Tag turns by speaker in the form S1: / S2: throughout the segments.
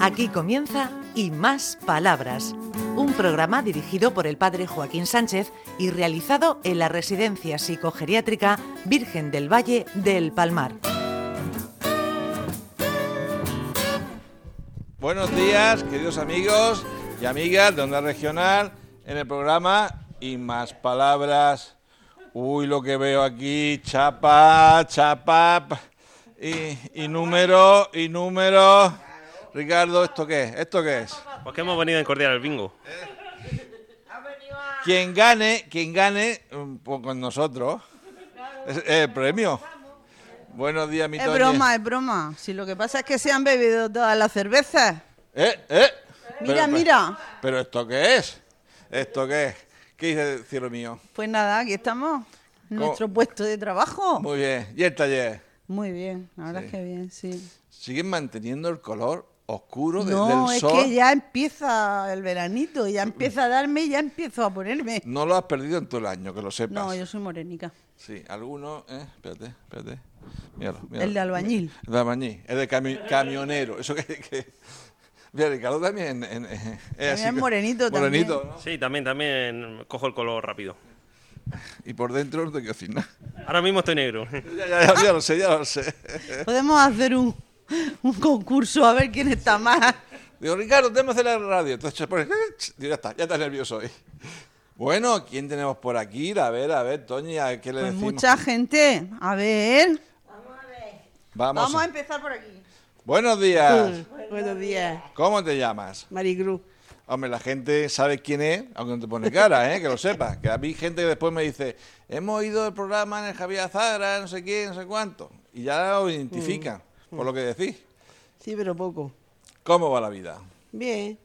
S1: Aquí comienza Y Más Palabras, un programa dirigido por el padre Joaquín Sánchez y realizado en la Residencia Psicogeriátrica Virgen del Valle del Palmar.
S2: Buenos días, queridos amigos y amigas de Onda Regional, en el programa Y Más Palabras. Uy, lo que veo aquí, chapa, chapa, y, y número, y número. Ricardo, ¿esto qué es? ¿Esto qué es?
S3: Pues que hemos venido a encordiar el bingo.
S2: Quien gane, quien gane mm, pues con nosotros, es es el premio. Buenos días, mi
S4: Es
S2: Toñi.
S4: broma, es broma. Si lo que pasa es que se han bebido todas las cervezas.
S2: ¿Eh? ¿Eh?
S4: Mira,
S2: Pero-
S4: mira.
S2: ¿Pero esto qué es? ¿Esto qué es? ¿Qué dice cielo mío?
S4: Pues nada, aquí estamos. En
S2: ¿Cómo?
S4: nuestro puesto de trabajo.
S2: Muy bien. ¿Y el taller?
S4: Muy bien, la verdad es que bien, sí.
S2: ¿Siguen manteniendo el color oscuro de-
S4: No,
S2: del
S4: es
S2: sol?
S4: que ya empieza el veranito, ya empieza a darme y ya empiezo a ponerme.
S2: No lo has perdido en todo el año, que lo sepas.
S4: No, yo soy morenica.
S2: Sí, alguno... ¿eh? Espérate, espérate. Míralo, míralo.
S4: El de albañil.
S2: El de albañil. El de cami- camionero. Eso que... que... Mira, Ricardo también... en- en- es así
S4: es
S2: que-
S4: morenito también.
S2: Morenito, ¿no?
S3: Sí, también, también cojo el color rápido.
S2: Y por dentro no te quiero decir nada.
S3: Ahora mismo estoy negro.
S2: Ya, ya, ya, ya lo sé, ya lo sé.
S4: Podemos hacer un, un concurso a ver quién está más.
S2: Digo, Ricardo, tenemos que hacer la radio. Entonces se pone, digo, ya está, ya estás nervioso hoy. Bueno, ¿quién tenemos por aquí? A ver, a ver, Toñi, ¿a qué le
S4: Pues
S2: decimos?
S4: mucha gente. A ver.
S2: Vamos.
S4: Vamos a em- empezar por aquí.
S2: Buenos días.
S4: Buenos días,
S2: ¿Cómo te llamas?
S4: Maricruz.
S2: Hombre, la gente sabe quién es, aunque no te pone cara, ¿eh? que lo sepas. Que a mí gente que después me dice, hemos oído el programa en el Javier Zagra, no sé qué, no sé cuánto. Y ya lo identifican, por lo que decís.
S5: Sí, pero poco.
S2: ¿Cómo va la vida?
S5: Bien.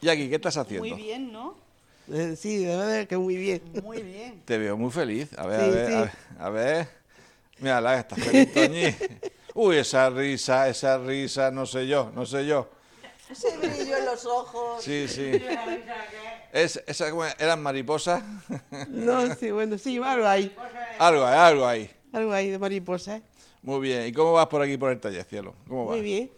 S2: Y aquí, ¿qué estás haciendo?
S4: Muy bien, ¿no?
S5: Eh, Sí, de verdad que muy bien.
S4: Muy bien.
S2: Te veo muy feliz. A ver,
S5: Sí,
S2: a ver, a ver, a ver. Mira, la está feliz, Toñi. Uy, esa risa, esa risa, no sé yo, no sé yo.
S4: Ese brillo en los ojos.
S2: Sí, sí. Es, esa, ¿cómo es? ¿Eran mariposas?
S5: No, sí, bueno, sí, algo ahí.
S2: algo hay, algo ahí.
S5: Algo ahí de mariposa. ¿eh?
S2: Muy bien. ¿Y cómo vas por aquí, por el taller, cielo? ¿Cómo vas? Mm.
S5: Muy bien.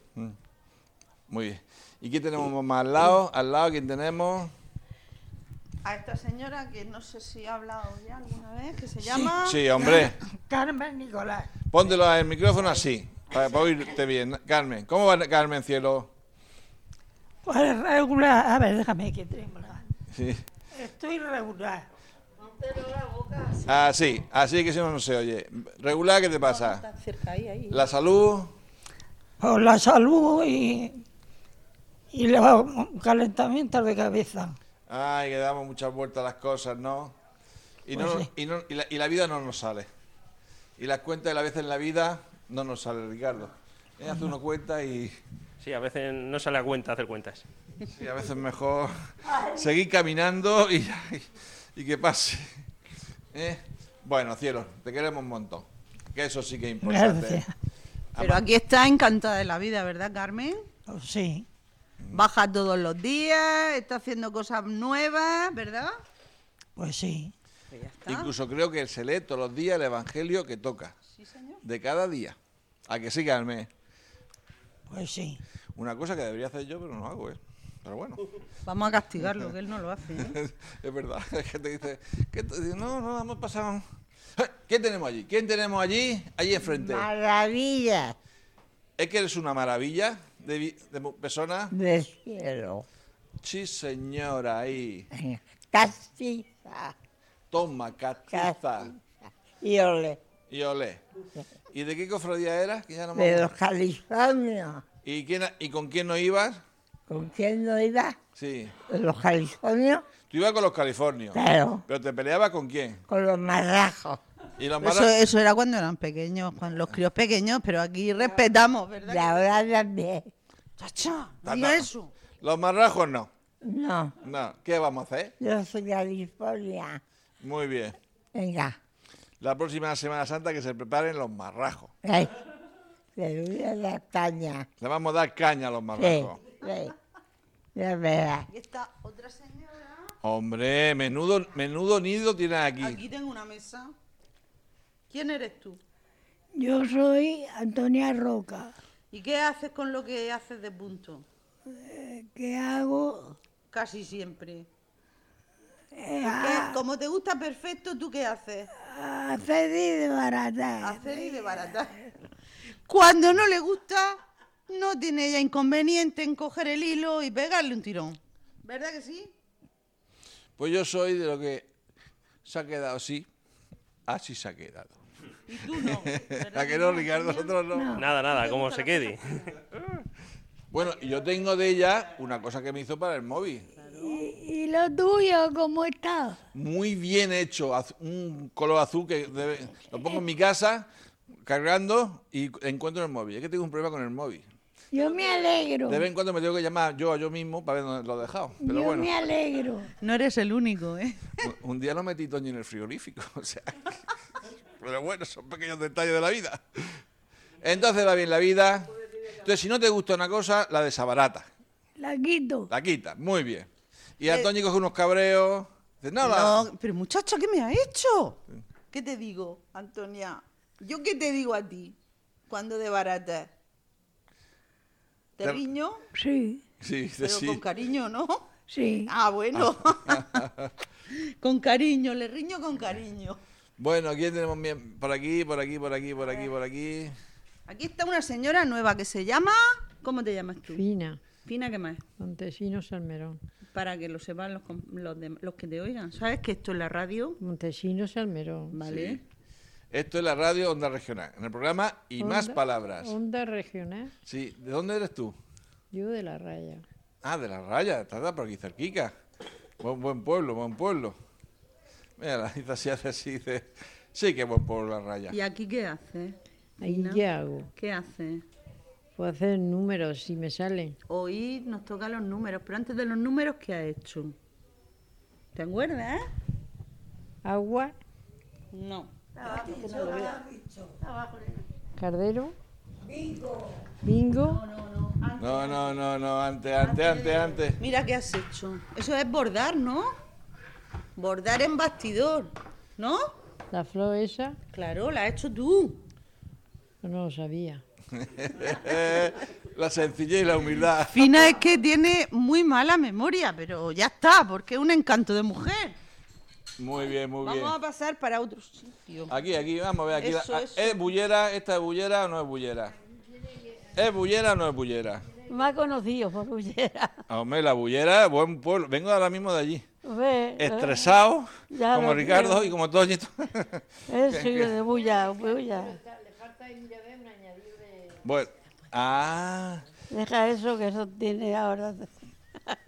S2: Muy bien. ¿Y qué tenemos más al lado? ¿Al lado quién tenemos?
S4: A esta señora que no sé si ha hablado ya alguna vez, que se llama.
S2: Sí, hombre.
S6: Carmen Nicolás.
S2: Póntelo al micrófono así, para, para oírte bien. Carmen, ¿cómo va Carmen, cielo?
S6: Pues regular. A ver, déjame que tembla.
S2: Sí.
S6: Estoy regular.
S2: Así, así que si no, no se oye. Regular, ¿qué te pasa? La salud,
S6: Por la salud y, y los calentamientos de cabeza.
S2: ay, que damos muchas vueltas a las cosas, ¿no? Y, no,
S6: Pues sí.
S2: y, no- y la, y la vida no nos sale. Y las cuentas de la vez en la vida no nos sale, Ricardo. Eh, Hace uno cuenta y
S3: Sí, a veces no sale a cuenta hacer cuentas.
S2: sí, a veces mejor seguir caminando y, y que pase. Eh, Bueno, cielo, te queremos un montón. Que eso sí que es importante. ¿eh?
S6: Gracias. ¿Ah?
S4: Pero aquí está encantada de la vida, ¿verdad, Carmen?
S6: Oh, Sí,
S2: Mm.
S4: Baja todos los días, está haciendo cosas nuevas, ¿verdad?
S6: pues sí.
S4: Pues ya está.
S2: Incluso creo que se lee todos los días el evangelio que toca. De cada día. A que sí, Carmen.
S6: Pues sí.
S2: Una cosa que debería hacer yo, pero no hago, ¿eh? Pero bueno,
S4: Vamos a castigarlo, que él no lo hace. ¿eh?
S2: es verdad. Hay gente que dice, ¿qué te- dice, no, no, hemos pasado. ¿Qué tenemos allí? ¡Eh! ¿Quién tenemos allí? Allí enfrente.
S7: Maravilla
S2: Es que eres una maravilla de, vi- de mu- persona.
S7: del cielo.
S2: Sí, señora, ahí.
S7: Castiza.
S2: Toma, catiza.
S7: Y ole.
S2: Y olé. ¿Y de qué cofradía eras? Que ya no me
S7: De los
S2: acuerdo.
S7: Californios.
S2: ¿Y, quién, ¿Y con quién no ibas?
S7: ¿Con quién no iba?
S2: Sí.
S7: De los Californios,
S2: Tú ibas con los californios.
S7: claro.
S2: ¿Pero te peleabas con quién?
S7: Con los marrajos.
S2: ¿Y los
S4: Eso,
S2: malos?
S4: eso era cuando eran pequeños, cuando los críos pequeños, pero aquí respetamos,
S7: Y
S4: ¿verdad?
S7: ahora también.
S4: Chacha,
S2: Ta-
S4: mira
S2: ta-
S4: eso.
S2: Los marrajos no.
S7: No,
S2: No. ¿Qué vamos a hacer?
S7: yo soy de California.
S2: Muy bien.
S7: Venga.
S2: La próxima Semana Santa que se preparen los marrajos.
S7: Ay, te voy a la caña.
S2: Le vamos a dar caña a los
S7: Sí,
S2: marrajos.
S7: sí. Ya verás.
S4: Aquí está otra señora.
S2: Hombre, menudo, menudo nido tienes aquí.
S4: Aquí tengo una mesa. ¿Quién eres tú?
S8: Yo soy Antonia Roca.
S4: ¿Y qué haces con lo que haces de punto?
S7: ¿Qué hago?
S4: Casi siempre.
S8: Eh,
S4: ¿Qué- Como te gusta perfecto, ¿tú qué haces?
S7: Hacer y desbaratar.
S4: Hacer y desbaratar. Cuando no le gusta, no tiene ella inconveniente en coger el hilo y pegarle un tirón. ¿Verdad que sí?
S2: Pues yo soy de lo que se ha quedado así, así se ha quedado.
S4: Y tú no. ¿verdad
S2: ¿A que no,
S4: Antonio?
S2: Ricardo? Nosotros no.
S3: Nada, nada, como se quede.
S2: Bueno, y yo tengo de ella una cosa que me hizo para el móvil.
S8: ¿Y, y lo tuyo cómo está?
S2: Muy bien hecho, az- un color azul que debe- lo pongo en mi casa cargando y encuentro el móvil. Es que tengo un problema con el móvil.
S8: Yo me alegro.
S2: De vez en cuando me tengo que llamar yo a yo mismo para ver dónde lo he dejado. Pero
S8: Yo
S2: bueno,
S8: me alegro.
S4: No eres el único, ¿eh?
S2: un- un día lo metí Toño en el frigorífico. O sea, pero bueno, son pequeños detalles de la vida. Entonces va bien la vida. Entonces, si no te gusta una cosa, la desabarata.
S8: La quito.
S2: La quita, muy bien. Y a Toño coge unos cabreos. Dice, no, la-
S4: Eh, No, pero muchacha, ¿qué me ha hecho? ¿Qué te digo, Antonia? ¿Yo qué te digo a ti cuando desbaratas? ¿Te
S2: Te-
S4: riño?
S8: Sí,
S2: Sí, dice,
S4: Pero
S2: sí.
S4: con cariño, ¿no?
S8: sí.
S4: Ah, bueno. con cariño, le riño con cariño.
S2: Bueno, aquí tenemos bien? Por aquí, por aquí, por aquí, por aquí, por aquí.
S4: Aquí está una señora nueva que se llama... ¿Cómo te llamas tú?
S9: Fina,
S4: Fina, ¿qué más?
S9: Montesinos Salmerón.
S4: Para que lo sepan los, com- los, dem- los que te oigan. ¿Sabes que esto es la radio?
S9: Montesinos Salmerón.
S4: ¿Vale?
S2: Esto es la radio Onda Regional, en el programa Y Más
S9: Onda-
S2: Palabras.
S9: Onda regional.
S2: Sí, ¿de dónde eres tú?
S9: ¿eh? Yo de la raya.
S2: Ah, de la raya, está por aquí cerquica. Buen, buen pueblo, buen pueblo. Mira, la Isa se hace así, dice, sí que buen pueblo la raya.
S4: ¿Y aquí qué hace?
S9: Ahí
S4: Fina?
S9: qué hago.
S4: ¿Qué hace?
S9: Puedo hacer números si me salen.
S4: Hoy nos toca los números, pero antes de los números, ¿qué ha hecho? ¿Te acuerdas?
S9: Agua,
S4: No.
S9: cardero. Bingo. Bingo.
S2: No, no, no, no, antes, antes, antes, antes.
S4: Mira qué has hecho. Eso es bordar, ¿no? Bordar en bastidor, ¿no?
S9: La flor esa,
S4: Claro, la has hecho tú.
S9: no lo sabía.
S2: La sencillez y la humildad.
S4: Fina es que tiene muy mala memoria, pero ya está, porque es un encanto de mujer.
S2: Muy bien, muy bien.
S4: Vamos a pasar para otro sitio.
S2: Aquí, aquí, vamos a ver. Aquí
S4: Eso,
S2: la-
S4: eso.
S2: ¿Es bullera? ¿Esta es bullera o no es bullera? ¿Es bullera o no es bullera? Ah,
S8: Más conocido por Ullera.
S2: Hombre, la bullera, buen pueblo. Vengo ahora mismo de allí.
S8: Ve,
S2: Estresado,
S8: Ya
S2: como
S8: lo
S2: Ricardo
S8: creo.
S2: y como Toñito.
S8: Él sigue eh, de bulla, bulla.
S2: bueno, ah.
S8: Deja eso que eso tiene ahora.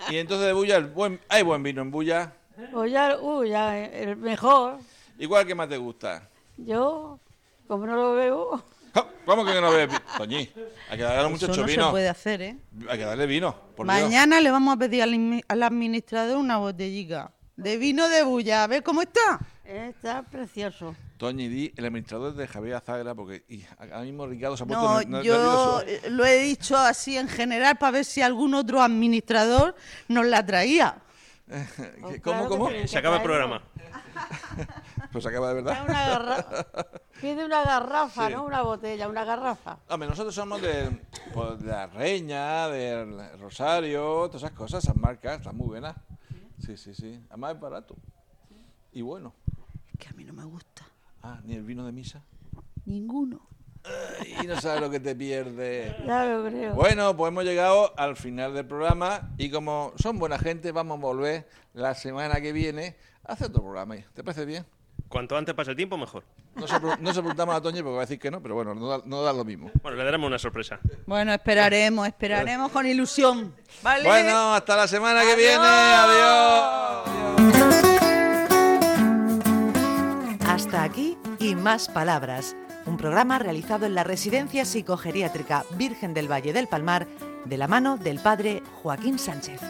S2: Y entonces de bulla, el buen, hay buen vino en bulla.
S8: Bulla, bulla, uh, el mejor.
S2: Igual que más te gusta.
S8: Yo, como no lo veo,
S2: Ja, ¿Cómo que no ves? vi- Toñi, hay que darle a los
S4: Eso
S2: muchachos
S4: no
S2: vino.
S4: se puede hacer, ¿eh?
S2: Hay que darle vino. Por Dios.
S4: Mañana le vamos a pedir al, inmi- al administrador una botellica de vino de bulla. A ver cómo está.
S8: está precioso.
S2: Toñi, di el administrador de Javier Azagra, porque y, ahora mismo Ricardo se ha puesto
S4: No,
S2: ner- ner-
S4: yo
S2: nervioso.
S4: eh, lo he dicho así en general para ver si algún otro administrador nos la traía. Oh,
S2: ¿Qué-
S8: Claro
S2: ¿Cómo,
S8: que
S2: cómo?
S8: sí.
S3: Se acaba el programa.
S2: Pues acaba de
S8: Trae
S2: verdad.
S8: Una garra- Pide una garrafa,
S2: Sí.
S8: no una botella, una garrafa.
S2: Hombre, nosotros somos de, pues, de la Reña, del Rosario, todas esas cosas, esas marcas, están muy buenas. Sí, sí, sí. Además es barato. Y bueno.
S4: Que a mí no me gusta.
S2: Ah, ni el vino de misa.
S4: Ninguno.
S2: Y no sabes lo que te pierdes.
S8: Ya lo creo.
S2: Bueno, pues hemos llegado al final del programa y como son buena gente, vamos a volver la semana que viene a hacer otro programa. ¿Te parece bien?
S3: Cuanto antes pase el tiempo, mejor.
S2: No se, pre- no se preguntamos a Toñi porque va a decir que no, pero bueno, no da, no da lo mismo.
S3: Bueno, le daremos una sorpresa.
S4: Bueno, esperaremos, esperaremos con ilusión. ¿Vale?
S2: Bueno, hasta la semana que viene. Adiós.
S1: Hasta aquí Y Más Palabras, un programa realizado en la Residencia Psicogeriátrica Virgen del Valle del Palmar de la mano del padre Joaquín Sánchez.